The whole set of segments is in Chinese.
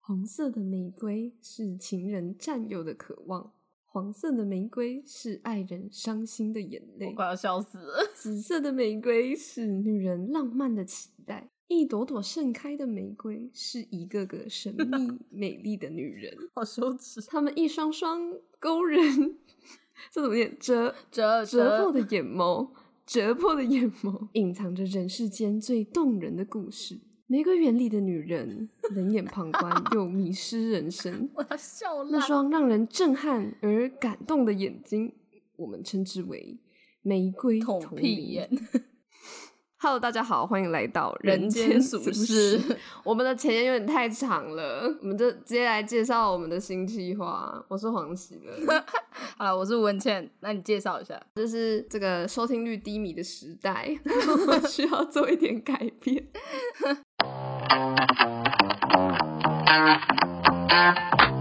红色的玫瑰是情人占有的渴望，黄色的玫瑰是爱人伤心的眼我泪，快要笑死了。 紫色的玫瑰是女人浪漫的期待，一朵朵盛开的玫瑰是一个个神秘美丽的女人，好羞耻，她们一双双勾人， 这怎么念？折折折破的眼眸，折破的眼眸，隐藏着人世间最动人的故事。玫瑰园里的女人，冷眼旁观又迷失人 生，我要笑那烂。双让人震撼而感动的眼睛，我们称之为玫瑰捅瞳屁铃眼， Hello，大家好，欢迎来到人间间俗俗事事。 我们的前言有点太长了，我们就直接来介绍我们的新计划。我是黄喜乐， 好了，我是文倩，那你介绍一下。这是这个收听率低迷的时代，我们需要做一点改变。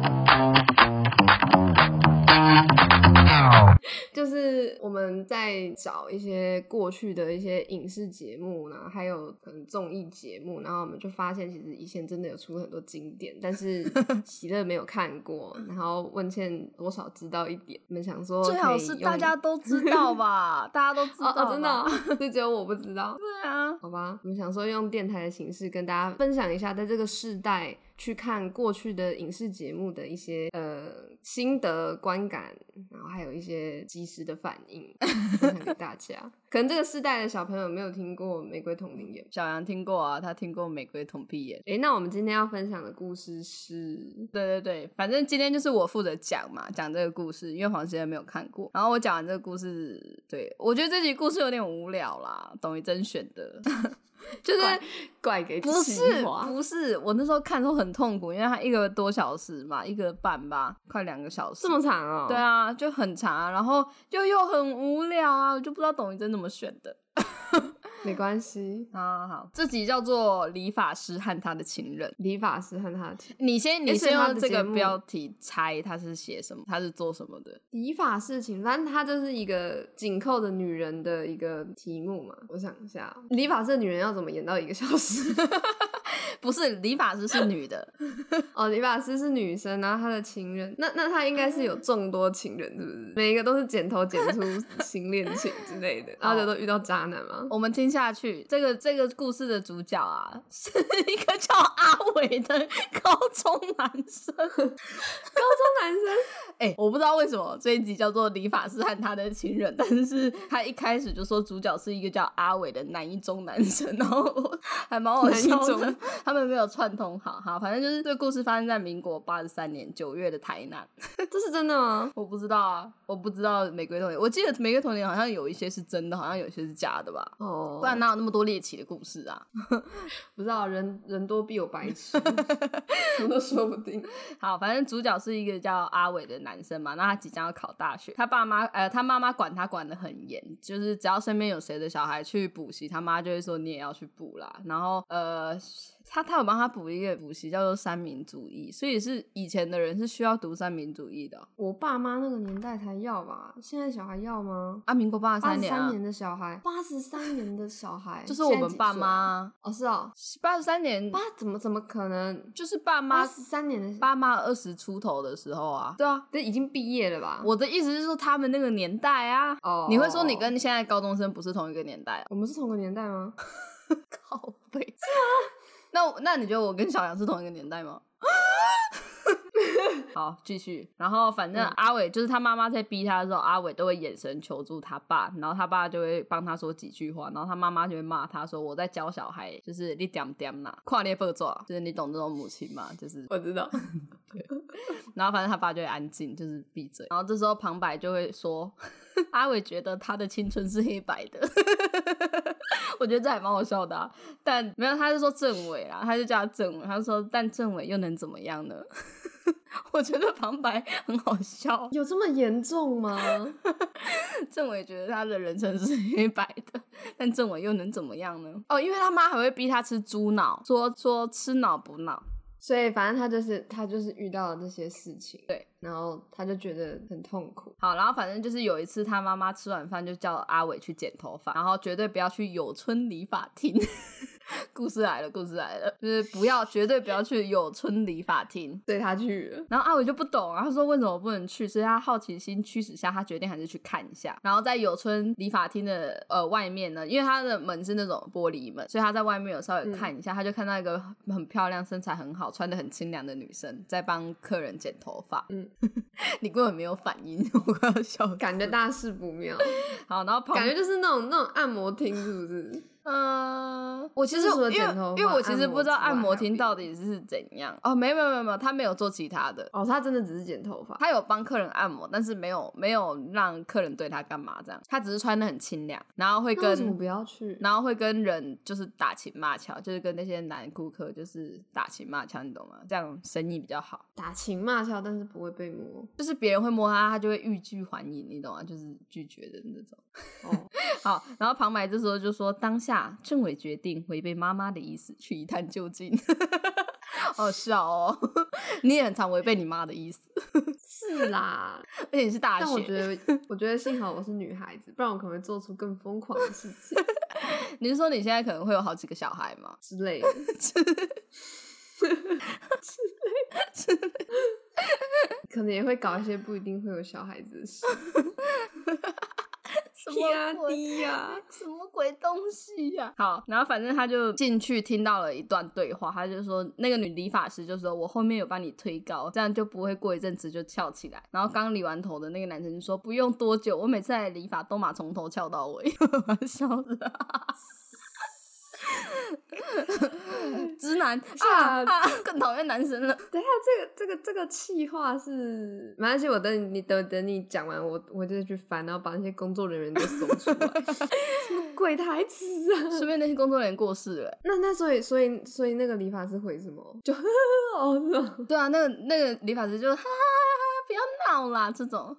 就是我们在找一些过去的一些影视节目呢，还有可能综艺节目，然后我们就发现其实以前真的有出很多经典，但是喜乐没有看过，然后问倩多少知道一点，我们想说最好可以是用大家都知 道吧，大家都知哦道吧、哦真的、哦， 就只有我不知道。对啊，好吧，我们想说用电台的形式跟大家分享一下，在这个世代去看过去的影视节目的一些呃心得观感，然后还有一些及时的反应，分享给大家。 可能这个世代的小朋友没有听过《玫瑰童林》也。小杨听过啊，他听过《玫瑰捅屁眼》。诶，那我们今天要分享的故事 是，对对对，反正今天就是我负责讲嘛，讲这个故事，因为黄先生没有看过。然后我讲完这个故事，对我觉得这集故事有点无聊啦，董宇珍选的。就是怪怪给不计是划不是，我那时候看的时候很痛苦，因为它一个多小时嘛，一个半吧，快两个小时，这么长哦、对，啊，就很长啊、然后就又很无聊啊，我就不知道董宇珍怎么选的。没关系。好好好，这集叫做《理发师和他的情人》。理发师和他的情你先，诶你所以先他的用这节个目标题猜他是写什么，他是做什么的。理发事情，反正它就是一个紧扣的女人的一个题目嘛。我想一下，哦理发师的女人要怎么演到一个小时？ 不是，理发师是女的，哦，理发师是女生，然后她的情人，那那她应该是有众多情人，是不是？每一个都是剪头剪 出新恋情之类的，然哦后就都遇到渣男嘛。 我们听下去，这个这个故事的主角啊，是一个叫阿伟的高中男 生。高中男生 哎、我不知道为什么这一集叫做《理发师和他的情人》，但是他一开始就说主角是一个叫阿伟的南一中男生，然后我还蛮好笑南一中的。他们没有串通好，哈，反正就是这个故事发生在民国八十三年九月的台南。这是真的哦 吗？我不知道啊，我不知道玫瑰童年，我记得玫瑰童年好像有一些是真的，好像有一些是假的吧。哦，不然哪有那么多猎奇的故事啊？ 不知道人人多必有白痴，什么都说不定。 好，反正主角是一个叫阿伟的男生嘛，那他即将要考大学，他爸妈呃，他妈妈管他管得很严，就是只要身边有谁的小孩去补习，他妈就会说你也要去补啦。然后呃，他他有帮他补一个补习叫做三民主义，所以是以前的人是需要读三民主义的哦、我爸妈那个年代才要吧，现在小孩要吗？啊，民国八十八三十年、三啊，年的小孩，八十三年的小孩， 就是我现在们几爸岁啊。妈，哦，是哦，八十三年八怎么怎么可能？就是爸八妈十三年的爸妈二十出头的时候啊。对啊，这已经毕业了吧？我的意思是说他们那个年代啊。哦，你会说你跟现在高中生不是同一个年代啊？我们是同个年代吗？靠背。是啊。那我那你觉得我跟小杨是同一个年代吗？好，继续。然后反正嗯阿伟就是他妈妈在逼他的时候，阿伟都会眼神求助他爸，然后他爸就会帮他说几句话，然后他妈妈就会骂他说：“我在教小孩，就是你点点啦，跨列不抓，就是你懂这种母亲吗？就是我知道，然后反正他爸就会安静，就是闭嘴。然后这时候旁白就会说：“阿伟觉得他的青春是黑白的。” 我觉得这还蛮好笑的、啊，但没有，他是说政委啦，他就叫他政委，他就说但政委又能怎么样呢？ 我觉得旁白很好笑，有这么严重吗？ 政委觉得他的人生是黑白的，但政委又能怎么样呢？哦，因为他妈还会逼他吃猪脑，说说吃脑补脑，所以反正他就是他就是遇到了这些事情，对，然后他就觉得很痛苦。好，然后反正就是有一次，他妈妈吃完饭就叫阿伟去剪头发，然后绝对不要去有村理发厅。 故事来了，故事来了，就是不要，绝对不要去有村理发厅。对他去了，然后阿伟就不懂啊，他说为什么不能去？所以他好奇心驱使下，他决定还是去看一下。然后在有村理发厅的呃外面呢，因为他的门是那种玻璃门，所以他在外面有稍微嗯看一下，他就看到一个很漂亮、身材很好、穿的很清凉的女生在帮客人剪头发。嗯， 你根本没有反应， 我快要笑死。感觉大事不 妙，好，然后旁感觉就是那种那种按摩厅，是不是？ 嗯，我其实就是除因了为剪头发因为我其实按摩不知道之外按摩厅还有别的到底是怎样哦，没有没有没有没有，他没有做其他的，哦，他真的只是剪头发，他有帮客人按摩，但是没有没有让客人对他干嘛这样，他只是穿的很清凉，然后会那为什么跟不要去？然后会跟人就是打情骂俏，就是跟那些男顾客就是打情骂俏，你懂吗？这样生意比较好，打情骂俏，但是不会被摸。 就是别人会摸他，他就会欲拒还迎，你懂吗？就是拒绝的那种。哦，好，然后旁白这时候就说，当下政委决定违背妈妈的意思去一探究竟。 哦，是啊哦， 你也很常违背你妈的意思， 是啦，而且你是大学，但我觉得， 我觉得幸好我是女孩子，不然我可能会做出更疯狂的事情你是说你现在可能会有好几个小孩吗？之 类的。可能也会搞一些不一定会有小孩子的事。什么鬼？低 呀，什么鬼东西呀、啊好，然后反正他就进去听到了一段对话，他就说那个女理发师就说：“我后面有帮你推高，这样就不会过一阵子就翘起来。”然后刚理完头的那个男生就说：“不用多久，我每次来理发都嘛从头翘到尾。”笑死了。直男啊啊啊，更讨厌男生了。等一下，这个这个这个气话是，没关系，我等你，你等等你讲完，我我就去翻，然后把那些工作人员都搜出来， 什么鬼台词啊？ 顺便那些工作人员过世了、那那所以所以所以那个理发师回什么？就哦是吗？对啊，那个那个理发师就哈哈哈哈，不要闹啦这种。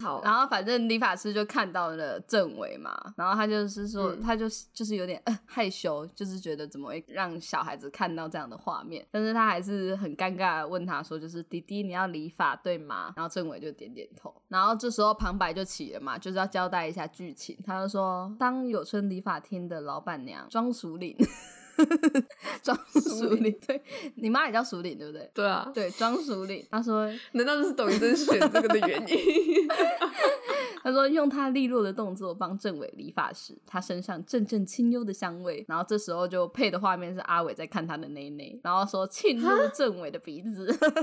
好，然后反正理发师就看到了政委嘛，然后他就是说，嗯他就就是有点、呃、害羞，就是觉得怎么会让小孩子看到这样的画面，但是他还是很尴尬的问他说，就是弟弟你要理发对吗？然后政委就点点头，然后这时候旁白就起了嘛，就是要交代一下剧情，他就说，当有村理发厅的老板娘庄淑玲。 庄淑玲，对你妈也叫淑玲，对不对？ 对啊，对，庄淑玲，她说难道就是董一真选这个的原因？他说用他利落的动作帮政委理发师，他身上阵阵清幽的香味。然后这时候就配的画面是阿伟在看他的内内，然后说沁入政委的鼻子。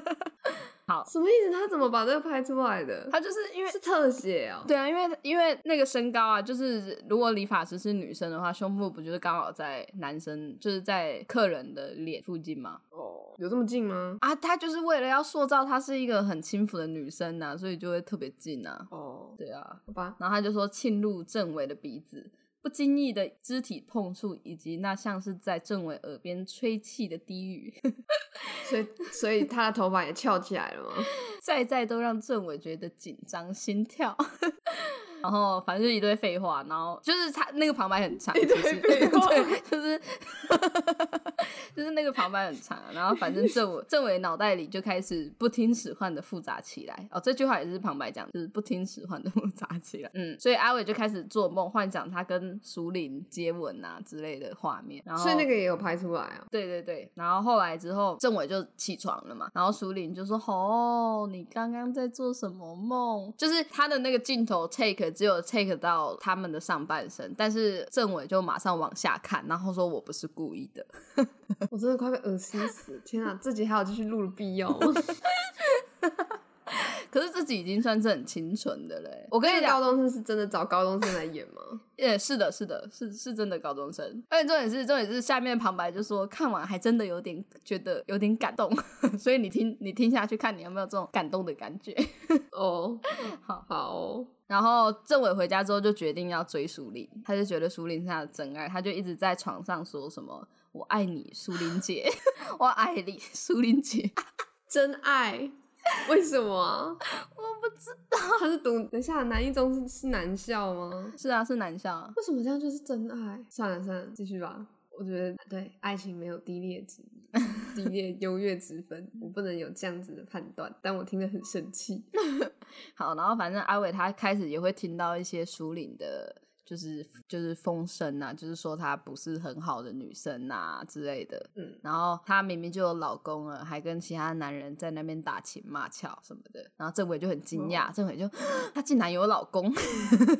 什么意思？他怎么把这个拍出来的？他就是因为是特写哦。对啊，因为因为那个身高啊，就是如果理发师是女生的话，胸部不就是刚好在男生就是在客人的脸附近吗？哦，有这么近吗？啊，他就是为了要塑造她是一个很轻浮的女生呐、所以就会特别近啊。哦，对啊，好吧，然后他就说沁入政委的鼻子，不经意的肢体碰触，以及那像是在政委耳边吹气的低语，所以所以他的头发也翘起来了吗？再再都让政委觉得紧张心跳。 然后反正就一堆废话，然后就是他那个旁白很长，一堆其实废话对，就是就是那个旁白很长，啊然后反正政委政委脑袋里就开始不听使唤的复杂起来。哦，这句话也是旁白讲，就是不听使唤的复杂起来。嗯，所以阿伟就开始做梦，幻想他跟苏林接吻啊之类的画面。然后所以那个也有拍出来啊。对对对，然后后来之后，政委就起床了嘛，然后苏林就说：“哦，你刚刚在做什么梦？”就是他的那个镜头 take 只有 take 到他们的上半身，但是政委就马上往下看，然后说：“我不是故意的。我真的快被恶心死！天啊，自己还有继续录的必要吗？”可是自己已经算是很清纯的嘞。我我跟你讲高，中生是真的找高中生来演吗？也是的，是的，是是真的高中生。而且重点是，重点是下面旁白就说看完还真的有点觉得有点感动， 所以你听你听下去看你有没有这种感动的感觉。 哦，好好哦，然后政委回家之后就决定要追苏林，他就觉得苏林是他的真爱，他就一直在床上说什么“我爱你，苏林姐”，“ 我爱你，苏林姐真爱。为什么 啊？”。我不知他是读等一下南一中是是男校吗？是啊，是男校啊。为什么这样就是真爱？算了算了，继续吧。我觉得对爱情没有低劣之低劣优越之分，我不能有这样子的判断，但我听得很生气。好，然后反正阿伟他开始也会听到一些苏林的。就是就是风声呐、就是说她不是很好的女生呐、之类的。嗯，然后她明明就有老公了，还跟其他男人在那边打情骂俏什么的。然后政委就很惊讶，政委就她竟然有老公，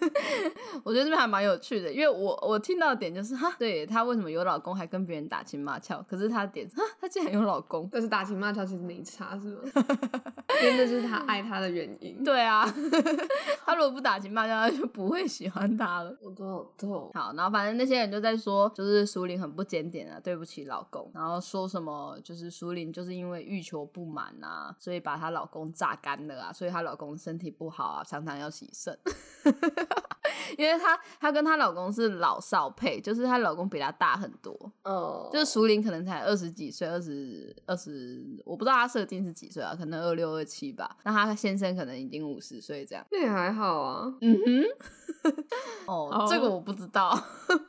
我觉得这边还蛮有趣的，因为我我听到的点就是哈，对她为什么有老公还跟别人打情骂俏，可是她的点哈，她竟然有老公， 但是打情骂俏其实没差是吗？因为那就是他爱他的原因。，对啊， 她如果不打情骂俏，她就不会喜欢他了。我都有痛。好，啊然后反正那些人就在说，就是苏玲很不检点啊，对不起老公，然后说什么就是苏玲就是因为欲求不满啊，所以把她老公榨干了啊，所以她老公身体不好啊，常常要洗肾。 因为她她跟她老公是老少配，就是她老公比她大很多， 哦，就是熟龄可能才二十几岁，二十二十，我不知道她设定是几岁啊，可能二六二七吧。那她先生可能已经五十岁这样。那也还好啊。嗯哼，哦哦，这个我不知道。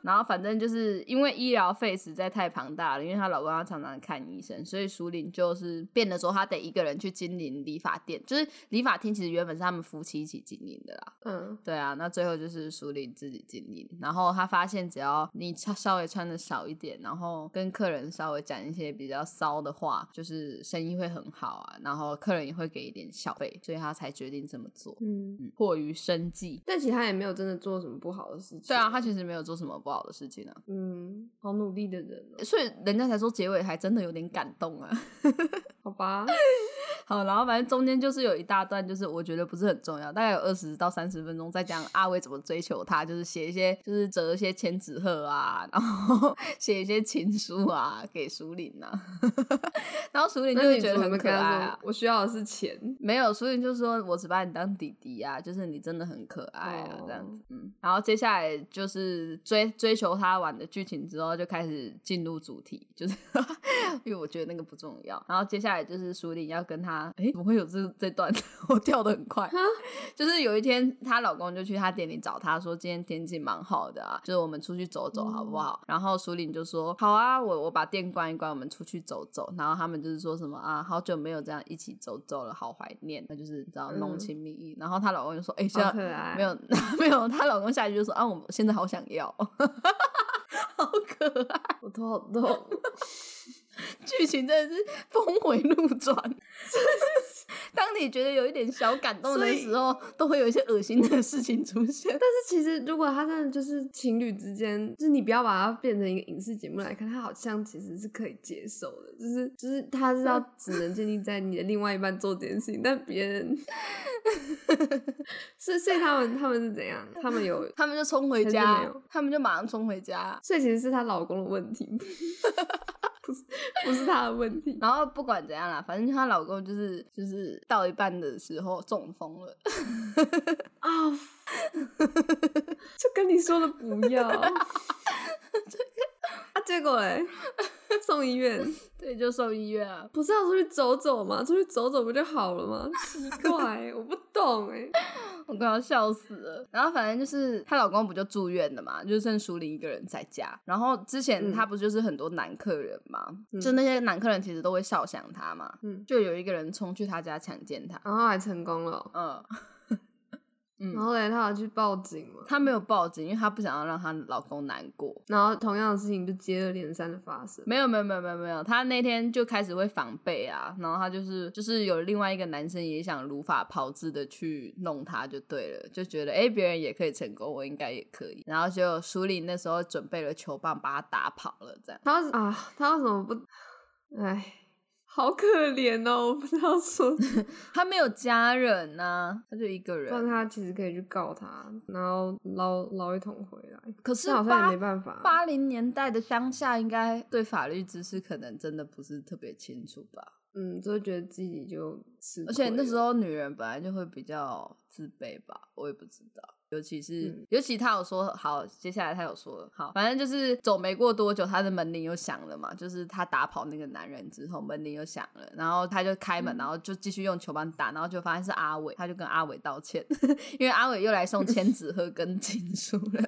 然后反正就是因为医疗费实在太庞大了，因为她老公要常常看医生，所以舒玲就是变得说她得一个人去经营理发店，就是理发厅其实原本是他们夫妻一起经营的啦。嗯，对啊，那最后就是苏玲自己经营，然后她发现只要你稍稍微穿的少一点，然后跟客人稍微讲一些比较骚的话，就是生意会很好啊，然后客人也会给一点小费，所以她才决定这么做。嗯，嗯，迫于生计，但其实他也没有真的做什么不好的事情。对啊，她其实没有做什么不好的事情啊，嗯，好努力的人哦、所以人家才说结尾还真的有点感动啊。 好吧，好，然后反正中间就是有一大段，就是我觉得不是很重要，大概有二十到三十分钟在讲阿伟怎么追求她，就是写一些，就是折一些千纸鹤啊，然后 写一些情书啊给苏林啊， 然后苏林就那会女主觉得有没很有可跟爱他啊说。我需要的是钱？没有，苏林就说：“我只把你当弟弟啊，就是你真的很可爱啊，这样子。”嗯，然后接下来就是追追求他玩的剧情之后，就开始进入主题，就是 因为我觉得那个不重要。然后接下来就是苏林要跟他，诶，怎么会有这这段？ 我跳的很快。就是有一天，她老公就去她店里找她说，今天天气蛮好的啊，就是我们出去走走好不好？然后苏玲就说好啊，我我把店关一关，我们出去走走。然后他们就是说什么啊，好久没有这样一起走走了，好怀念，那就是你知道嗯浓情蜜意。然后她老公就说，哎、现好在可爱，没有 没有，她老公下去就说啊，我现在好想要， 好可爱，我头好痛。剧情真的是峰回路转。 当你觉得有一点小感动所的以时候，都会有一些恶心的事情出现。但是其实，如果他真的就是情侣之间，就是你不要把它变成一个影视节目来看，他好像其实是可以接受的，就是就是他是要只能建立在你的另外一半做这件事情，但别人是所以他们他们是怎样？他们有，他们就冲回还是家没有，他们就马上冲回家。所以其实是她老公的问题，不是不是她的问题。然后不管怎样啦，反正她老公就是就是到一半的时候中风了， 啊、就跟你说的不要。啊，结果嘞，送医院，对，就送医院啊。不是要出去走走吗？出去走走不就好了吗？奇怪、 我不懂哎、我快要笑死了。然后反正就是她老公不就住院了嘛，就剩舒玲一个人在家。然后之前嗯她不就是很多男客人嘛，嗯就那些男客人其实都会笑想她嘛，嗯就有一个人冲去她家强奸她，然后还成功了，嗯。 然后嘞，她有去报警嘛？她没有报警，因为她不想要让她老公难过。然后同样的事情就接二连三的发生。没有没有没有没有没有，她那天就开始会防备啊，然后她就是就是有另外一个男生也想如法炮制的去弄她就对了，就觉得诶别人也可以成功，我应该也可以。然后就苏林那时候准备了球棒把她打跑了，这样她为啊，她为什么不？哎，好可怜哦，我不知道 说。她没有家人呐、她就一个但人。她其实可以去告他，然后捞捞一桶回来。可是这好像八也没办法。八零年代的乡下，应该对法律知识可能真的不是特别清楚吧。嗯，就会觉得自己就吃亏了。而且那时候女人本来就会比较自卑吧，我也不知道。尤其是，嗯尤其他有说好，接下来他有说好，反正就是走没过多久，他的门铃又响了嘛，就是他打跑那个男人之后，门铃又响了，然后他就开门，嗯然后就继续用球棒打，然后就发现是阿伟，他就跟 阿伟道歉，因为阿伟又来送千纸鹤跟情书了。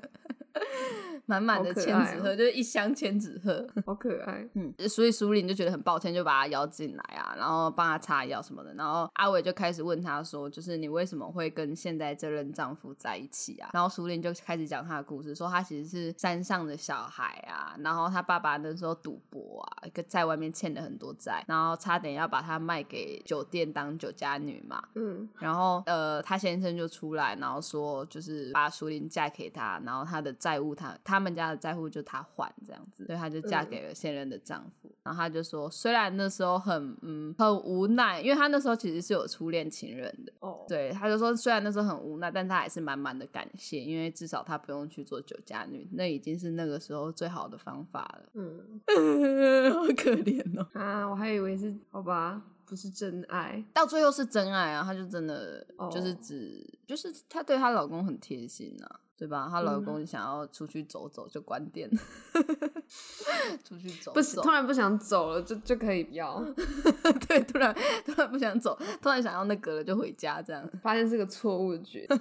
满满的好可千爱纸哦鹤，就是一箱千纸鹤。好可爱。嗯，所以苏林就觉得很抱歉，就把他邀进来啊，然后帮他擦药什么的。然后阿伟就开始问他说，就是你为什么会跟现在这任丈夫在一起啊？然后苏林就开始讲他的故事，说他其实是山上的小孩啊，然后他爸爸那时候赌博啊，跟在外面欠了很多债，然后差点要把他卖给酒店当酒家女嘛。嗯，然后呃，他先生就出来，然后说就是把苏林嫁给他，然后他的债务他他们家的债务就他还这样子，所以他就嫁给了现任的丈夫。然后他就说，虽然那时候很嗯很无奈，因为他那时候其实是有初恋情人的，哦，对，他就说虽然那时候很无奈，但他还是满满的感谢，因为至少他不用去做酒家女，那已经是那个时候最好的方法了。 嗯好可怜哦，啊，我还以为是好吧，不是真爱。到最后是真爱啊，她就真的哦就是只、就是她对她老公很贴心啊，对吧？她嗯老公想要出去走走就关店， 出去走走不是，突然不想走了，就就可以不要。 对，突然突然不想走，突然想要那个了就回家这样。发现是个错误的决定。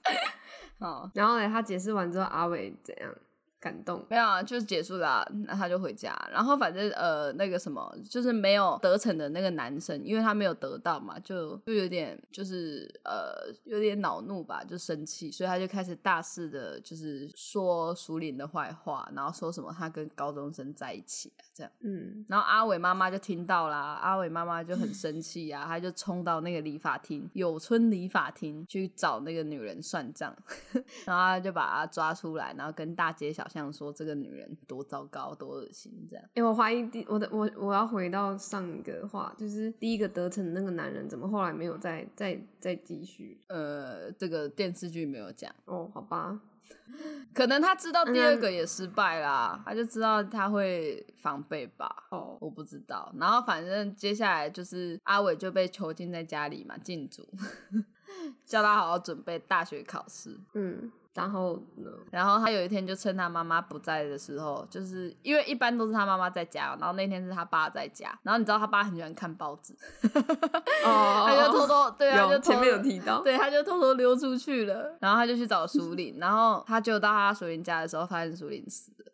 好，然后呢，他解释完之后，阿伟怎样感动？没有啊，就结束啦、那她就回家。然后反正呃那个什么，就是没有得逞的那个男生，因为他没有得到嘛，就就有点就是呃有点恼怒吧，就生气，所以他就开始大肆的，就是说苏林的坏话，然后说什么他跟高中生在一起、啊、这样。嗯，然后阿伟妈妈就听到啦，阿伟妈妈就很生气啊，她就冲到那个理发厅，有村理发厅去找那个女人算账， 然后她就把她抓出来，然后跟大街小巷说这个女人多糟糕、多恶心这样。哎、我怀疑第我的我我要回到上一个话，就是第一个得逞的那个男人，怎么后来没有再再再继续？呃，这个电视剧没有讲，哦，好吧，可能他知道第二嗯个也失败啦，他就知道他会防备吧。哦，我不知道。然后反正接下来就是阿伟就被囚禁在家里嘛，禁足， 叫他好好准备大学考试。嗯，然后 呢？然后他有一天就趁他妈妈不在的时候，就是因为一般都是他妈妈在家，哦然后那天是他爸在家，然后你知道他爸很喜欢看报纸，哦他哎就偷偷对，他就有偷前面有提到，， 对，他就偷偷溜出去了，然后他就去找苏林，然后他就到他苏林家的时候，发现苏林死了，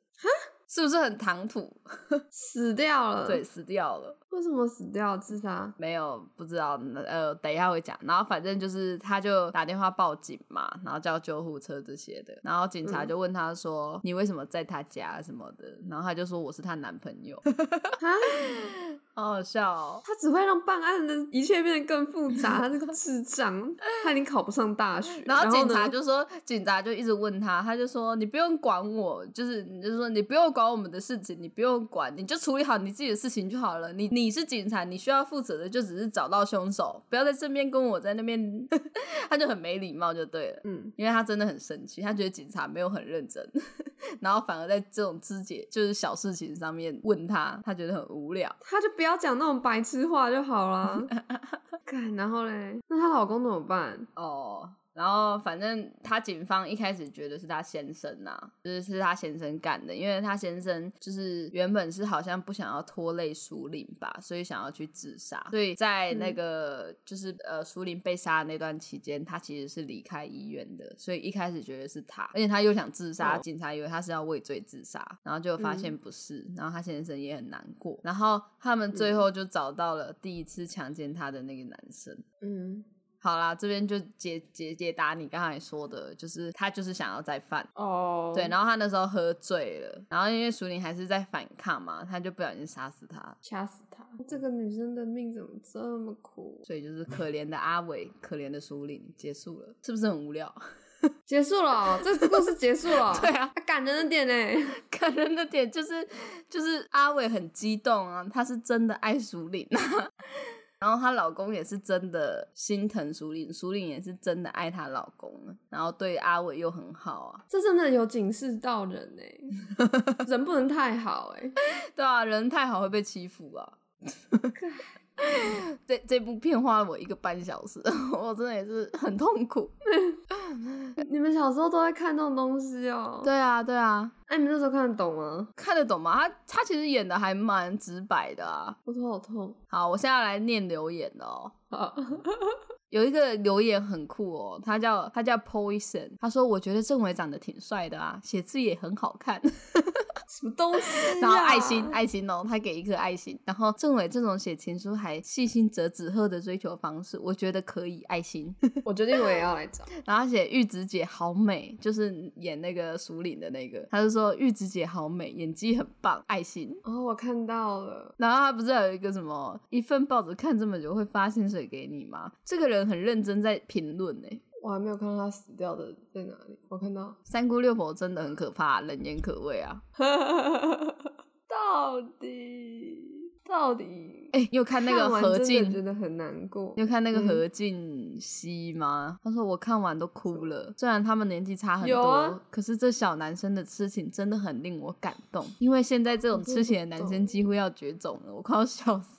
是不是很唐突？死掉了，对，，死掉了。为什么死掉？自杀？没有，不知道，呃，等一下会讲。然后反正就是，他就打电话报警嘛，然后叫救护车这些的。然后警察就问他说：“你为什么在他家什么的？”然后他就说：“我是她男朋 友。啊，”好好笑哦。他只会让办案的一切变得更复杂，他这个智 障，他已经考不上大学。然后警察呢就说，警察就一直问他，他就说：“你不用管我，就是你就说你不用管我们的事情，你不用管，你就处理好你自己的事情就好了。你你是警察，你需要负责的就只是找到凶手，不要在这边跟我在那边。” 他就很没礼貌，就对了。嗯， 因为他真的很生气，他觉得警察没有很认真， 然后反而在这种肢解就是小事情上面问他，他觉得很无聊。他就不要讲那种白痴话就好啦。 干，然后嘞，那她老公怎么办？哦，然后反正他警方一开始觉得是他先生呐、就是是他先生干的，因为他先生就是原本是好像不想要拖累苏林吧，所以想要去自杀。所以在那个、就是呃苏林被杀的那段期间，他其实是离开医院的，所以一开始觉得是他，而且他又想自杀，哦警察以为他是要畏罪自杀，然后就发现不是，然后他先生也很难过，然后他们最后就找到了第一次强奸他的那个男生。嗯，好啦，这边就解解解答你刚才说的，就是他就是想要再犯，哦，对，然后他那时候喝醉了，然后因为熟林还是在反抗嘛，他就不小心杀死他，掐死她。这个女生的命怎么这么苦？所以就是可怜的阿伟，可怜的熟林结束了，是不是很无聊？。结束了哦，这这故事结束了 对啊，啊感人的点呢？感人的点就是就是阿伟很激动啊，她是真的爱熟林啊。 然后她老公也是真的心疼熟林，熟林也是真的爱她老公啊，然后对阿伟又很好啊，这真的有警示到人呢， 人不能太好哎。对啊，人太好会被欺负啊。这这部片花了我一个半小时， 我真的也是很痛苦。你们小时候都会看这种东西哦？，对啊，对啊，哎，你们那时候看得懂吗？看得懂吗？他他其实演的还蛮直白的啊。我头好痛。啊好，我现在来念留言哦。好，有一个留言很酷哦，他叫他叫 Poison，他说我觉得政委长得挺帅的啊，写字也很好看。什么东西、啊？ 然后爱心，爱心哦，他给一颗爱心。然后政委这种写情书还细心折纸鹤的追求方式，我觉得可以爱心。我决定我也要来找。然后他写玉子姐好美，就是演那个熟龄的那个，他就说玉子姐好美，演技很棒，爱心。哦，我看到了，然后他不是还有一个什么一份报纸看这么久会发薪水给你吗？这个人很认真在评论欸呢、我还没有看到他死掉的在哪里。我看 到，三姑六婆真的很可怕，人言可畏啊！到底到底，哎、你有看那个完何真的静觉得很难过你。有看那个嗯何静熙吗？他说我看完都哭了。虽然他们年纪差很有多，啊可是这小男生的痴情真的很令我感动。因为现在这种痴情的男生几乎要绝种了，我快要笑死。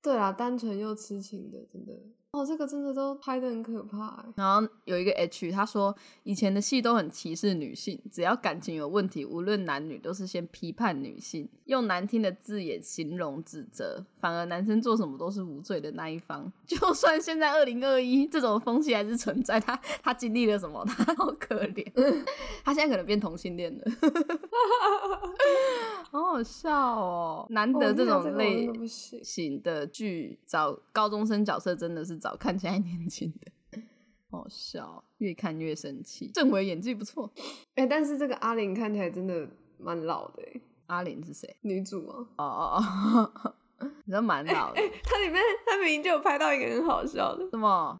对啦，单纯又痴情的，真的。哦，这个真的都拍的很可怕、欸。然后有一个 H，他说以前的戏都很歧视女性，只要感情有问题，无论男女都是先批判女性，用难听的字眼形容指责，反而男生做什么都是无罪的那一方。就算现在二零二一这种风气还是存在，他他经历了什么？他好可怜，他现在可能变同性恋了， 好好笑哦！难哦得我听到个种我类真的不行。型的剧找高中生角色真的是找看起来年轻的，好笑，越看越生气。郑伟演技不错，哎、但是这个阿玲看起来真的蛮老的、欸，阿玲是谁？女主 啊。哦哦哦， 你知道蛮老的，它里面它明明就有拍到一个很好笑的，什么？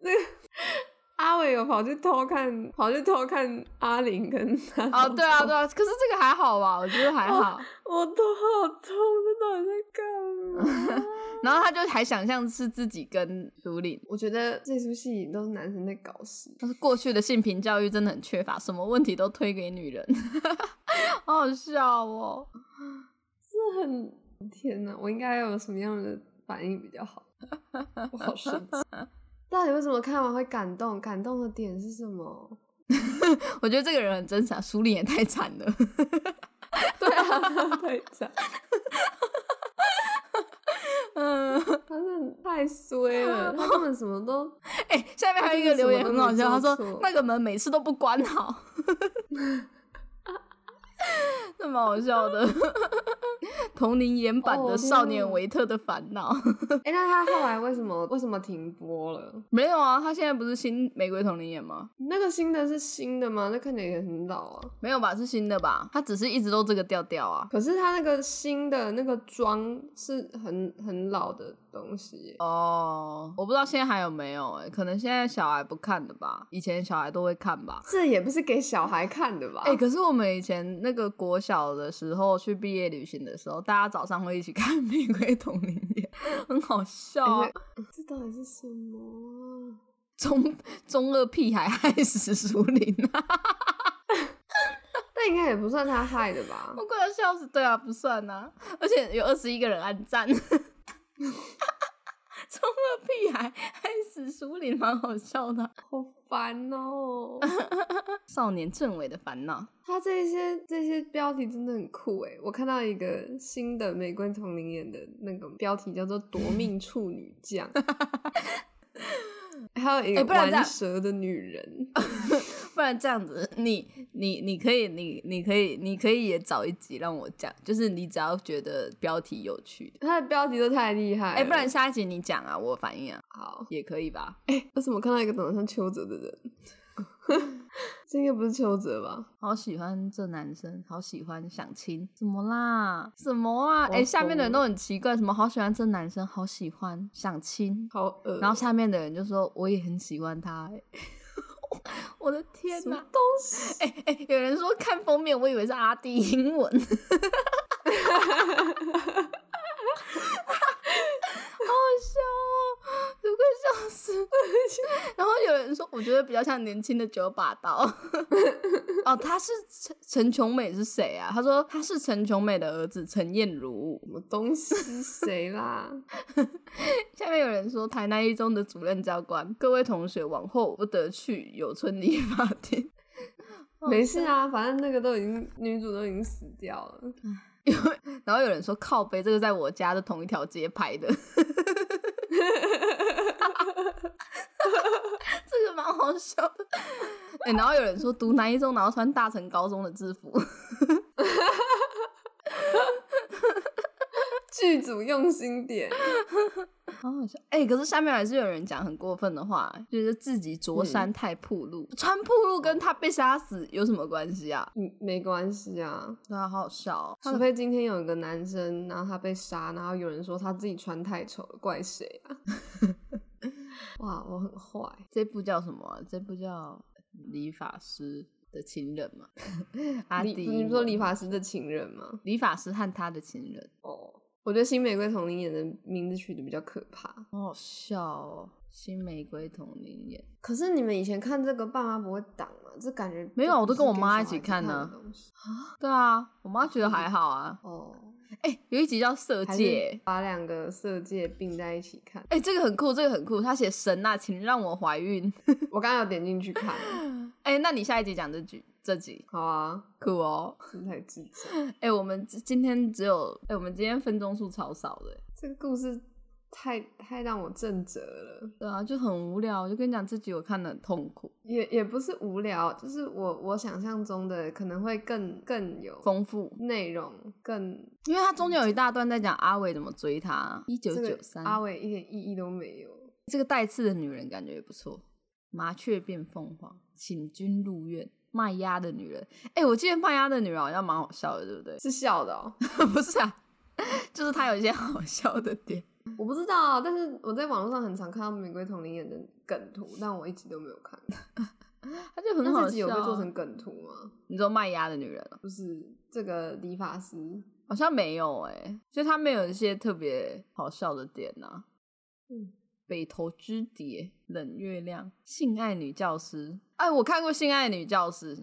阿伟有跑去偷看，跑去偷看阿玲跟他。哦，对啊，对啊，可是这个还好吧，我觉得还好。我头好痛，这到底在干嘛？然后他就还想象是自己跟卢岭。 我觉得这出戏都是男生在搞事。但是过去的性平教育真的很缺乏，什么问题都推给女人， 好好笑哦。这很天哪！我应该有什么样的反应比较好？我好生 气。到底为什么看完会感动？感动的点是什么？我觉得这个人很真诚，苏岭也太惨了。对啊， 太惨，嗯。 他真的太衰了， 他根本什么都 哎、下面还有一个留言很好笑，他这个什么都没说做那个门每次都不关好， 这蛮好笑的。童宁演版哦的《天少哪年维特的烦恼》哎、那他后来为什么为什么停播了？没有啊，他现在不是新玫瑰童林演吗？那个新的是新的吗？那看起来也很老啊。没有吧，是新的吧？他只是一直都这个调调啊。可是他那个新的那个妆是很很老的东西耶。哦，我不知道现在还有没有哎、可能现在小孩不看的吧，以前小孩都会看吧。这也不是给小孩看的吧？哎、可是我们以前那个国小的时候去毕业旅行的时候，大家早上会一起看《玫瑰童林演》，很好笑啊、这到底是什么、啊？中中二屁孩害死苏林啊！但应该也不算他害的吧我？快要笑死，对啊，不算啊，而且有二十一个人按赞。 中二屁孩害死苏林，蛮好笑的啊。好烦 哦！少年政委的烦恼，他这些这些标题真的很酷哎！我看到一个新的玫瑰童林演的那个标题叫做《夺命处女 酱》，还有一个哎不然这样玩蛇的女人。不然这样子，你你你可以，你你可以，你可以也找一集让我讲，就是你只要觉得标题有趣的，它的标题都太厉害了。哎、不然下一集你讲啊，我反应啊，好，也可以吧？为什么看到一个长得像邱泽的人？这应该不是邱泽吧？好喜欢这男生，好喜欢想亲，怎么啦？什么啊？我哎、下面的疯人都很奇怪，什么好喜欢这男生，好喜欢想亲，好恶。然后下面的人就说我也很喜欢他、欸， 我的天什么哪、东西？哎哎、 有人说看封面，我以为是阿弟英文， 好好笑哦，我快笑死了。然后有人说，我觉得比较像年轻的九把刀。哦，他是陈陈琼美是谁啊？他说他是陈琼美的儿子陈彦如。什么东西？谁 啦？下面有人说，台南一中的主任教官，各位同学往后不得去有村理 发店。没事啊，反正那个都已经女主都已经死掉了。然后有人说靠背，这个在我家的同一条街拍的，好笑的。哎、然后有人说读南一中，然后穿大成高中的制服，剧组用心点，好好笑。哎、可是下面还是有人讲很过分的话，就是自己嗯着衫太暴露，穿暴露跟他被杀死有什么关系啊？嗯，没关系啊。对啊，好好笑、哦。他除的非今天有一个男生，然后他被杀，然后有人说他自己穿太丑了，怪谁啊？ 哇，我很坏，这部叫什么啊、这部叫《理发师的情人》嘛？ 阿理迪，你不说理发师的情人吗？理发师和他的情人，哦，我觉得新玫瑰童林演的名字取的比较可怕。好好笑哦。新玫瑰同龄眼，可是你们以前看这个，爸妈不会挡吗？这感觉没有啊这我都不是跟我给妈小一起孩子看啊的呢东西对啊，我妈觉得还好啊。哦，哎、有一集叫《色还戒是》，把两个色戒并在一起看。 哎、这个很酷，这个很酷。他写神呐、请让我怀孕。我刚刚有点进去看， 哎、那你下一集讲这句这集好啊，酷哦。真太智障。哎、我们今今天只有哎、我们今天分钟数超少的、欸这个故事太太让我震折了，对啊，就很无聊。我就跟你讲，这集我看的很痛苦，也也不是无聊，就是我我想象中的可能会更更有丰富，内容，更因为它中间有一大段在讲阿伟怎么追她，啊一九这个九三。阿伟一点意义都没有。这个带刺的女人感觉也不错。麻雀变凤凰，请君入院。卖鸭的女人，哎、我记得卖鸭的女人好像蛮好笑的，对不对？ 是笑的哦，不是啊， 就是她有一些好笑的 点。我不知道啊，但是我在网络上很常看到玫瑰童林演的梗图，但我一直都没有看。他就很那好这集有笑啊、被做成梗图吗？你说卖鸭的女人哦、就是这个理发师，好像没有哎、所以他没有一些特别好笑的点呐、嗯，北投之蝶、冷月亮、性爱女教师，哎，我看过性爱女教师。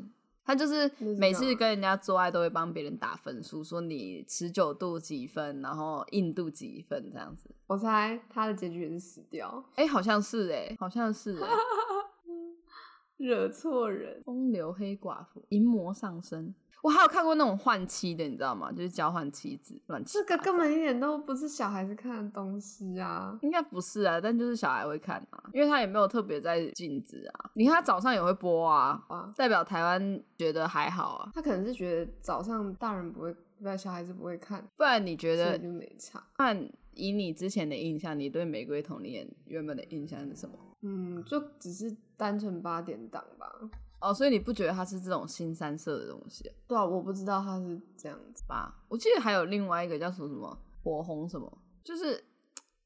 她就是那是每干次嘛跟人家做爱都会帮别人打分数，说你持久度几分，然后硬度几分这样子。我猜他的结局也是死掉，哎、好像是哎、好像 是哎、惹错人。风流黑寡妇、淫魔上身。我还有看过那种换妻的，你知道吗？就是交换妻子，乱七这个八根糟本一点都不是小孩子看的东西啊！应该不是啊，但就是小孩会看啊，因为他也没有特别在禁止啊。你看他早上也会播啊，啊，代表台湾觉得还好啊。他可能是觉得早上大人不会，不然小孩子不会看，不然你觉所得以，就没差。看以你之前的印象，你对玫瑰同龄人原本的印象是什么？嗯，就只是单纯八点档吧。哦，所以你不觉得它是这种新三色的东西对啊，我不知道他是这样子。吧？我记得还有另外一个叫什么什么火红什么，就是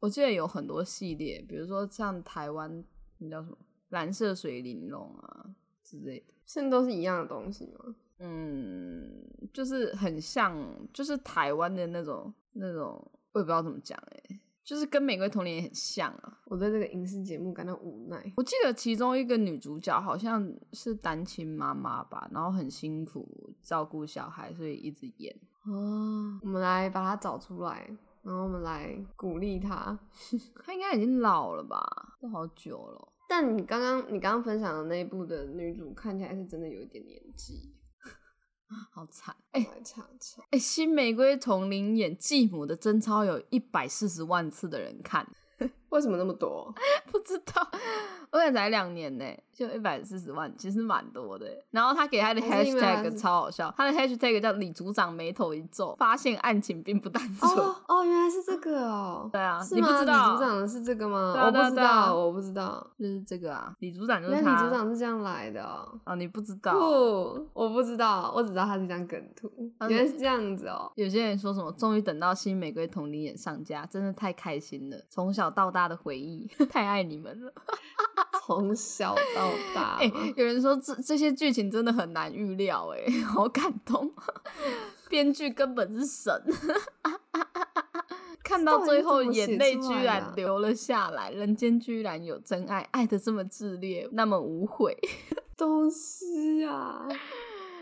我记得有很多系列，比如说像台湾那叫什么蓝色水玲珑啊之类的。现在都是一样的东西吗？嗯，就是很像，就是台湾的那种那种，我也不知道怎么讲哎、就是跟《玫瑰童年》很像啊。我对这个影视节目感到无奈。我记得其中一个女主角好像是单亲妈妈吧，然后很辛苦照顾小孩，所以一直演。啊，我们来把他找出来，然后我们来鼓励他。她应该已经老了吧？都好久了哦。但你刚刚你刚刚分享的那一部的女主看起来是真的有一点年纪，好惨！我哎、来查查。哎、新玫瑰童林演继母的贞操有一百四十万次的人看，为什么那么 多？不知道，我也才两年呢，就一百四十万，其实蛮多的。欸然后他给他的哦还是因为他 hashtag 是超好笑，他的 hashtag 叫李组长眉头一皱，发现案情并不单纯。 哦哦，原来是这个哦。对啊是你吗？不知道李组长的是这个吗？对啊我对啊不知对啊道，我不知道。就是这个啊，李组长就原来是李他。组长是这样来的哦。哦，你不知不道，，我不知道，我只知道他是一张梗图，他是原来是这样子哦。有些人说什么终于等到新玫瑰同龄眼上架，真的太开心了，从小到大的回忆， 太爱你们了。从小到大嘛， 哎、有人说这这些剧情真的很难预料、哎， 好感动，嗯编剧根本是神。 看到最后，眼泪居啊然流了下来。人间居然有真爱，爱的这么炽烈，那么无悔。 东西啊，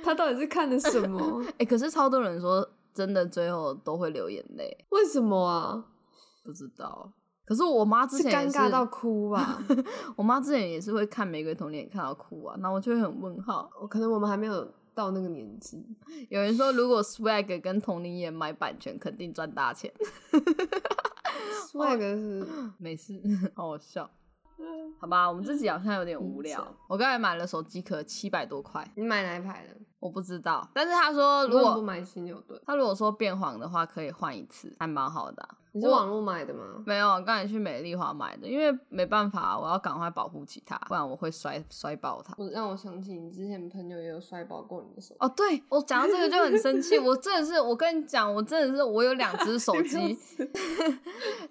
他到底是看的什么？哎、可是超多人说，真的最后都会流眼泪，为什么啊？不知道。可是我妈之是前也尴是尬到哭吧？ 我妈之前也是会看《玫瑰童年》看到哭啊，那我就会很问号。我可能我们还没有到那个年纪，有人说，如果 Swag 跟同龄人买版权，肯定赚大钱。那个是 没事，好好笑。嗯好吧，我们自己好像有点无聊。我刚才买了手机壳，七百多块，你买哪一排的？我不知道。但是他说，如如果不果买犀牛盾，他如果说变黄的话，可以换一次，还蛮好的啊、你是网络买的吗？没有，刚才去美丽华买的，因为没办法，啊我要赶快保护起它，不然我会摔摔爆它。我让我想起你之前朋友也有摔爆过你的手机，哦，对我讲到这个就很生气，我真的是，我跟你讲，我真的是，我有两只手 机，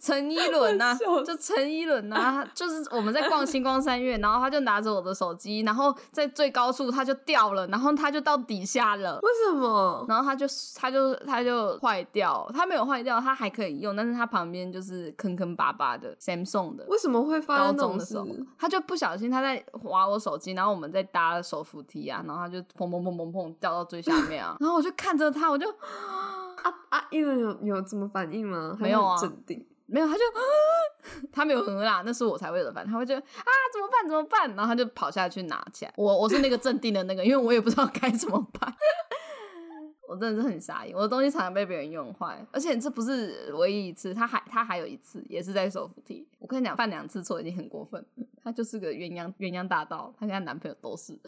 陈依伦呐、笑就陈依伦呐、就是我们在逛星光三月，然后他就拿着我的手机，然后在最高处他就掉了，然后他就到底下了。为什么？然后他就他就他就坏掉，他没有坏掉，他还可以用，但是他旁边就是坑坑巴巴的 Samsung 的，为什么会发高生这中种的时事候？，他就不小心他在划我手机，然后我们在搭手扶梯啊，然后他就砰砰砰砰砰掉到最下面 啊，然后我就看着他，我就啊啊！一人有有怎么反应吗？没有啊还是很镇定。没有，他就 他没有很啦，那是我才会有的反应，他会觉得啊怎么办怎么办，然后他就跑下去拿起来，我我是那个镇定的那个，因为我也不知道该怎么办。 我真的是很傻眼，我的东西常常被别人用坏，而且这不是唯一一次，他还他还有一次也是在手扶梯。我跟你讲，犯两次错已经很过分了，他就是个鸳鸯鸳鸯大盗，他跟她男朋友都是。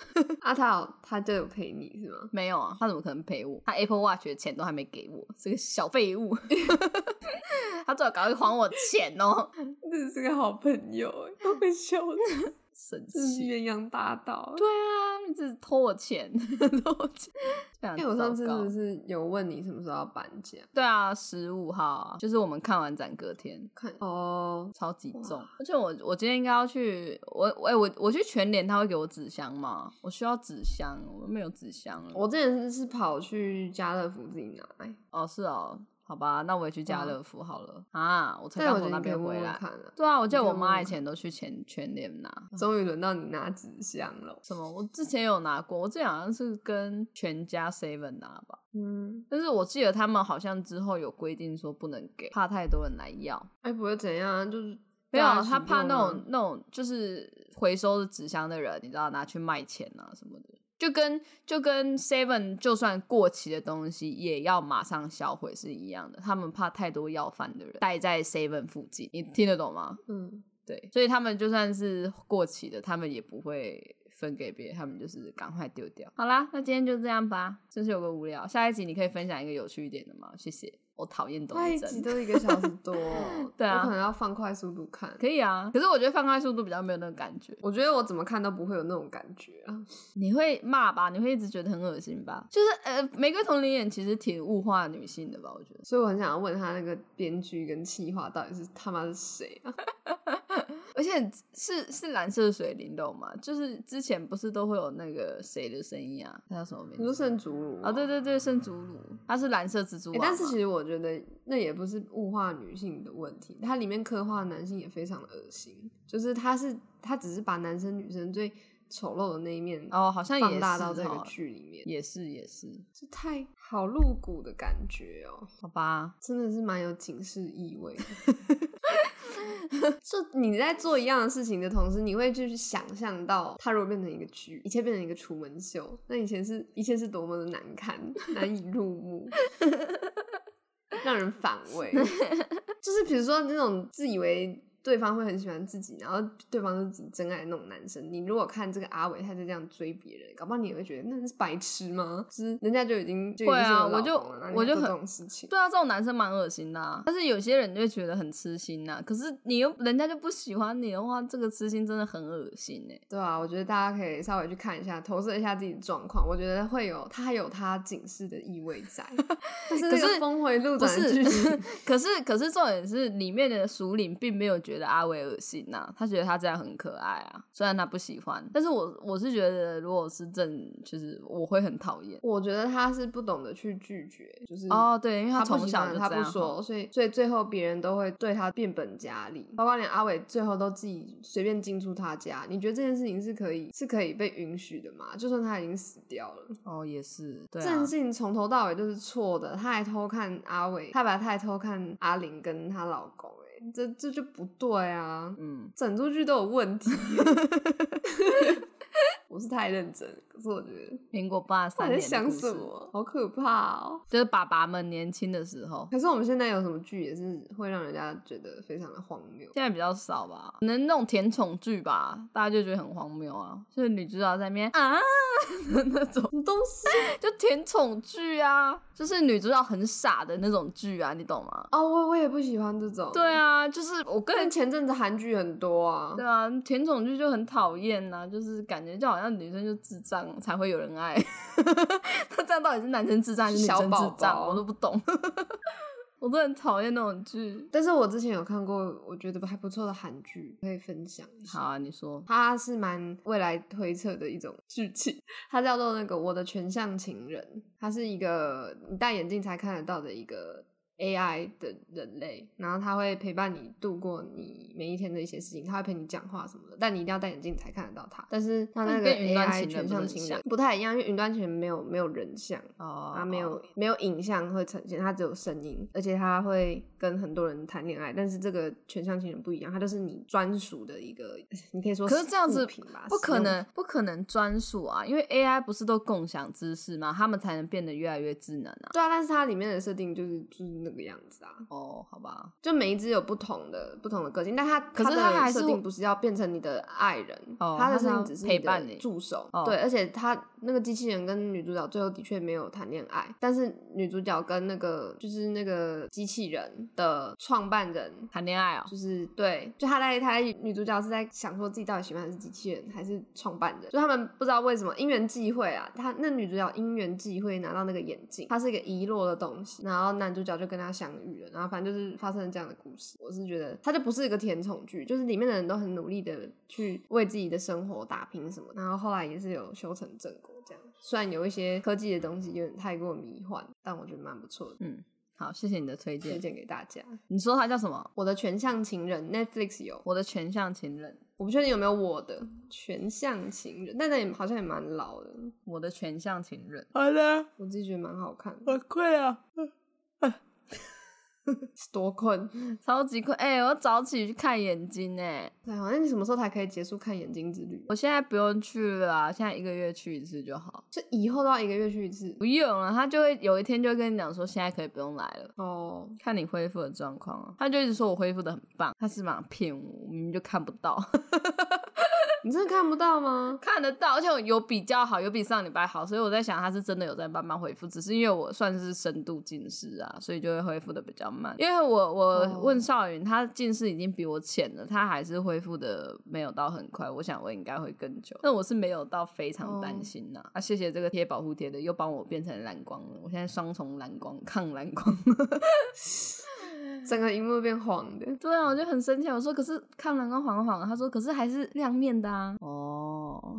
啊，他有他就有陪你是吗？没有啊，他怎么可能赔我？他 Apple Watch 的钱都还没给我，是个小废物。 他最好赶快还我钱哦！真的是个好朋友哎，我会 笑死，神真是奇。鸳鸯大盗。对啊，一直偷我钱， 偷我钱。非常哎、我上次糟是糕不是有问你什么时候要搬家？对啊，十五号啊就是我们看完展隔天，看哦，超级重。而且我我今天应该要去，我我、哎我我去全联，他会给我纸箱吗？我需要纸箱，我没有纸箱了。我之前是是跑去家乐福自己拿、欸，哦是哦，好吧，那我也去家嗯乐福好了啊！我才但刚我觉得从那你可以边问回问来。看啊。对啊，我记得你我就问妈问以前都去全全联拿终于轮到你拿纸箱了，什么，我之前有拿过，我之前好像是跟全家 seven 拿吧，嗯，但是我记得他们好像之后有规定说不能给，怕太多人来要。哎、不会怎样啊，就是没有大家啊，一起他怕用那啊种那种就是回收的纸箱的人，你知道拿去卖钱啊什么的，就跟就跟 Seven 就算过期的东西也要马上销毁是一样的，他们怕太多要饭的人待在 Seven 附近，你听得懂吗？嗯，对，所以他们就算是过期的，他们也不会分给别人，他们就是赶快丢掉。好啦，那今天就这样吧，真是有个无聊。下一集你可以分享一个有趣一点的吗？谢谢。我讨厌董那一一集真。都一个小时多，哦 对啊我可能要放快速度看。可以啊，可是我觉得放快速度比较没有那个感觉。我觉得我怎么看都不会有那种感觉啊！你会骂吧？你会一直觉得很恶心吧？就是呃，玫瑰同龄眼其实挺物化女性的吧？我觉得。所以我很想要问他那个编剧跟企划到底是他妈是谁啊？而且是是蓝色水灵动嘛？就是之前不是都会有那个谁的声音啊？他叫什么名你说字？圣竹如啊、对对对，圣祖鲁，他是蓝色蜘蛛欸网嘛、但是其实我觉得那也不是物化女性的问题，它里面刻画的男性也非常的恶心，就是他是他只是把男生女生最丑陋的那一面哦，好像也放是大到这个哦剧里面，也是也是，这太好露骨的感觉哦、好吧，真的是蛮有警示意味的。 就你在做一样的事情的同时，你会去想象到它如果变成一个剧，一切变成一个楚门秀，那以前是一切是多么的难堪、难以入目，让人反 胃。就是比如说那种自以为。对方会很喜欢自己，然后对方是自己真爱的那种男生。你如果看这个阿伟，他就这样追别人，搞不好你也会觉得那是白痴吗？就是人家就已经就已经会是啊我老我就公了然后你我还就做很这种事情。对啊，这种男生蛮恶心的、啊，但是有些人就会觉得很痴心呐、可是你又人家就不喜欢你的话，这个痴心真的很恶心哎、对啊，我觉得大家可以稍微去看一下，投射一下自己的状况。我觉得会有，它还有它警示的意味 在。但是那可个是峰回路不转的是剧情， 可是可是重点是里面的首领并没有觉得阿伟恶心呐、他觉得他这样很可爱啊，虽然他不喜欢，但是我我是觉得如果是正，就是我会很讨厌。我觉得他是不懂得去拒绝，就是哦，对，因为嗯他不从喜小欢就他这不样说，所以所以最后别人都会对他变本加厉，包括连阿伟最后都自己随便进出他家。你觉得这件事情是可以是可以被允许的吗？就算他已经死掉了，哦，也是，对、啊，这件事情从头到尾都是错的。她还偷看阿伟，她把她还偷看阿玲跟她老公、欸，这这就不对啊！嗯，整出剧都有问题。 我是太认真，可是我觉得民国八我三在年的想故事什么，好可怕哦。就是爸爸们年轻的时候，可是我们现在有什么剧也是会让人家觉得非常的荒谬，现在比较少吧，可能那种甜宠剧吧，大家就觉得很荒谬啊，就是女主角在那边啊 的那什种，么东西？就甜宠剧啊，就是女主角很傻的那种剧啊，你懂吗？哦，我我也不喜欢这种。对，啊，就是我个人但前阵子韩剧很多啊对。啊，甜宠剧就很讨厌呐，就是感觉就好像女生就智障才会有人爱， 那这样到底是男生智障还是女小生智宝障，宝我都不懂。 我都很讨厌那种剧。但是我之前有看过，我觉得还不错的韩剧，可以分享一好下。啊，你说它是蛮未来推测的一种剧情，它叫做那个《我的全向情人》，它是一个你戴眼镜才看得到的一个 AI 的人类，然后它会陪伴你度过你每一天的一些事情，它会陪你讲话什么的，但你一定要戴眼镜才看得到它。但是它那那个跟云端 AI 情人全不是向很情像人不太一样，因为云端情人没有没有人像，哦，啊它没有哦没有影像会呈现，它只有声音，而且它会跟很多人谈恋爱。但是这个全向情人不一样，它就是你专属的一个，你可以说可是这样子物品吧，不可使用能，不可能专属啊！因为 AI 不是都共享知识吗？他们才能变得越来越智能啊！对啊，但是它里面的设定就是就是那个样子啊，哦，好吧，就每一只有不同的不同的个性，但它可是它它还的是设定不是要变成你的爱人，哦它它的是设要定只是你陪的伴你助手，哦对，而且它那个机器人跟女主角最后的确没有谈恋爱，但是女主角跟那个就是那个机器人的创办人谈恋爱哦，就是对，就她在她在女主角是在想说自己到底喜欢的是机器人还是创办人，就他们不知道为什么因缘际会啊，她那女主角因缘际会拿到那个眼镜，它是一个遗落的东西，然后男主角就跟她相遇了，然后反正就是发生了这样的故事。我是觉得它就不是一个甜宠剧，就是里面的人都很努力的去为自己的生活打拼什么，然后后来也是有修成正果这样。虽然有一些科技的东西有点太过迷幻，但我觉得蛮不错的，好，谢谢你的推推荐。荐给大家。你说它叫什么？我的全向情人 Netflix 有。我的全向情人，我不确定有没有我的全向情人，但那也好像也蛮老的，我的全向情 人。好的，我自己觉得蛮好看的。我困啊， 多困！超级困。哎、我要早起去看眼睛哎、对，啊好像你什么时候才可以结束看眼睛之旅？啊我现在不用去了啊，现在一个月去一次就好。这以后都要一个月去一次不用了，他就会有一天就会跟你讲说，现在可以不用来了。哦。看你恢复的状况啊，他就一直说我恢复的很棒，他是嘛骗我，我明明就看不到，你真的看不到吗？看得到，而且我有比较好，有比上礼拜好，所以我在想他是真的有在慢慢恢复，只是因为我算是深度近视啊，所以就会恢复的比较慢。因为我我哦问少云，他近视已经比我浅了，他还是恢复的没有到很快，我想我应该会更久。但我是没有到非常担心呐、啊。谢谢这个贴保护贴的，又帮我变成蓝光了，我现在双重蓝光，抗蓝光。整个荧幕变黄的， 对啊，我就很生气，我说可是看蓝光黄黄的，他说可是还是亮面的啊。哦，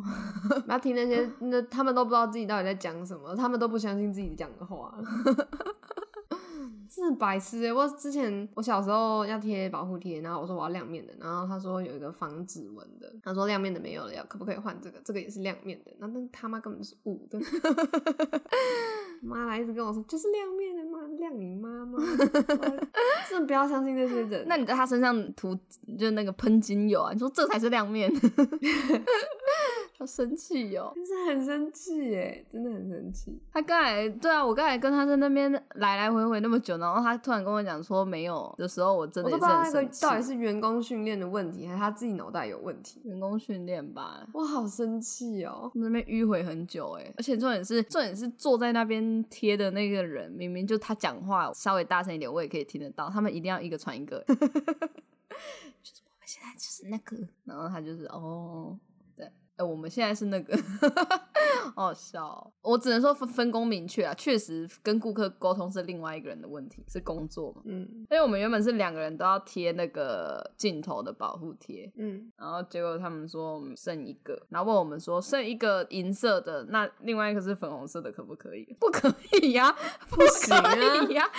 不要听那些，那他们都不知道自己到底在讲什么，他们都不相信自己讲的话。 真的白痴欸！我之前我小时候要贴保护贴，然后我说我要亮面的，然后他说有一个防指纹的，他说亮面的没有了，要可不可以换这个？这个也是亮面的，那那他妈根本就是雾的。 妈来一直跟我说就是亮面的嘛，亮你妈妈！ 真的不要相信那些人。那你在他身上涂就那个喷精油啊？你说这才是亮面， 好生气哟、真是很生气耶，真的很生气。他刚才对啊，我刚才跟他在那边来来回回那么久，然后他突然跟我讲说没有的时候，我真我的都也不知道是很那个生气。到底是员工训练的问题，还是他自己脑袋有问题。员工训练吧。我好生气哦！那边迂回很久哎、而且重点是重点是坐在那边贴的那个人，明明就他讲话稍微大声一点，我也可以听得到。他们一定要一个传一个、欸 就是我们现在就是那个，然后他就是哦，对，哎、我们现在是那个， 好好笑哦、我只能说分分工明确啊，确实跟顾客沟通是另外一个人的问题，是工作嘛。嗯因为我们原本是两个人都要贴那个镜头的保护贴，嗯，然后结果他们说我们剩一个，然后问我们说剩一个银色的，那 另外一个是粉红色的，可不可以？不可以呀、不 不行啊可以呀、不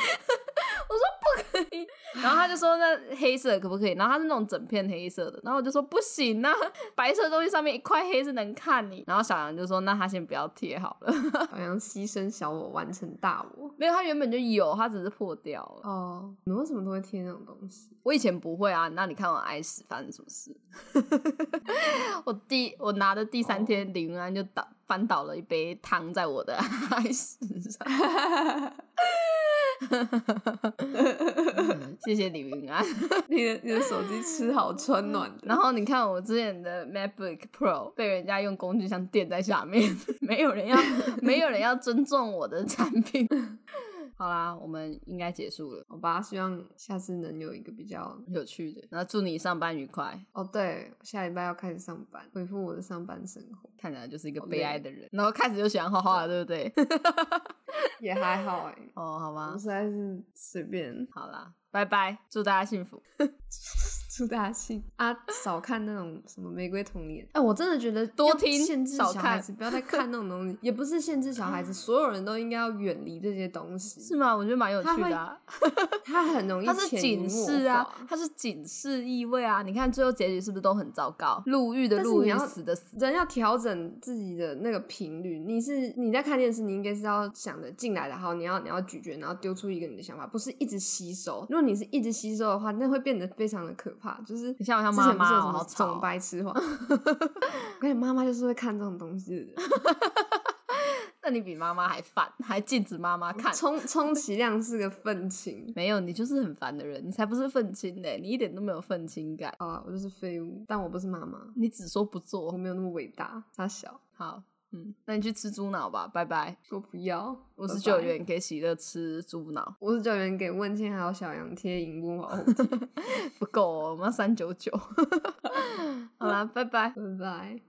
可以。然后他就说那黑色可不可以？然后他是那种整片黑色的，然后我就说不行啊，白色的东西上面一块黑是能看你。然后小杨就说那他先不要贴好了， 好像牺牲小我完成大我。没有，他原本就有，他只是破掉了。哦，你们为什么都会贴那种东西？ 我以前不会啊，那你看我挨死发生什么事？ 我第我拿的第哦三天，李云安就倒翻倒了一杯汤在我的 挨死上。 嗯谢谢李云安。你的你的手机吃好穿 暖的，然后你看我之前的 MacBook Pro 被人家用工具箱垫在下面， 没有人要，没有人要尊重我的产品。 好啦，我们应该结束了，好吧，希望下次能有一个比较。有趣的。然后祝你上班愉快，哦，对，下礼拜要开始上班，恢复我的上班生活看起来就是一个好累悲哀的人。然后开始就喜欢画画了，哦对不对？ 也还好哎、哦，好吧我，实在是随便，好啦，拜拜，祝大家幸福。 祝大家幸啊，少看那种什么玫瑰童年。哎、我真的觉得 多要听限制少小孩看子，不要再看那种东西，也不是限制小 孩子，所有人都应该要远离这些东西。 是吗？我觉得蛮有趣的、啊，它很容易它是潜移警默示啊化，它是警示意味啊。你看最后结局是不是都很糟糕？入狱的但是入你狱要，死的死。人要调整自己的那个频率。你是你在看电视，你应该是要想着进来的，好，你要你要咀嚼，然后丢出一个你的想法，不是一直吸收。如果你是一直吸收的话，那会变得非常的可怕。就是你像我像之前不是有什么妈妈哦好吵总白痴话， 我跟你妈妈就是会看这种东西的人，那你比妈妈还烦，还禁止妈妈 看。充充其量是个愤青。没有，你就是很烦的人，你才不是愤青嘞，你一点都没有愤青感，好啊，我就是废物，但我不是妈妈，你只说不我做。没有那么伟大。他小，好，嗯，那你去吃猪脑吧，拜拜。我不要。五十拜九拜元给喜乐吃猪脑五十九元给问倩还有小杨贴荧幕保护贴， 不够哦，我们要三九九。好啦，拜拜。拜拜。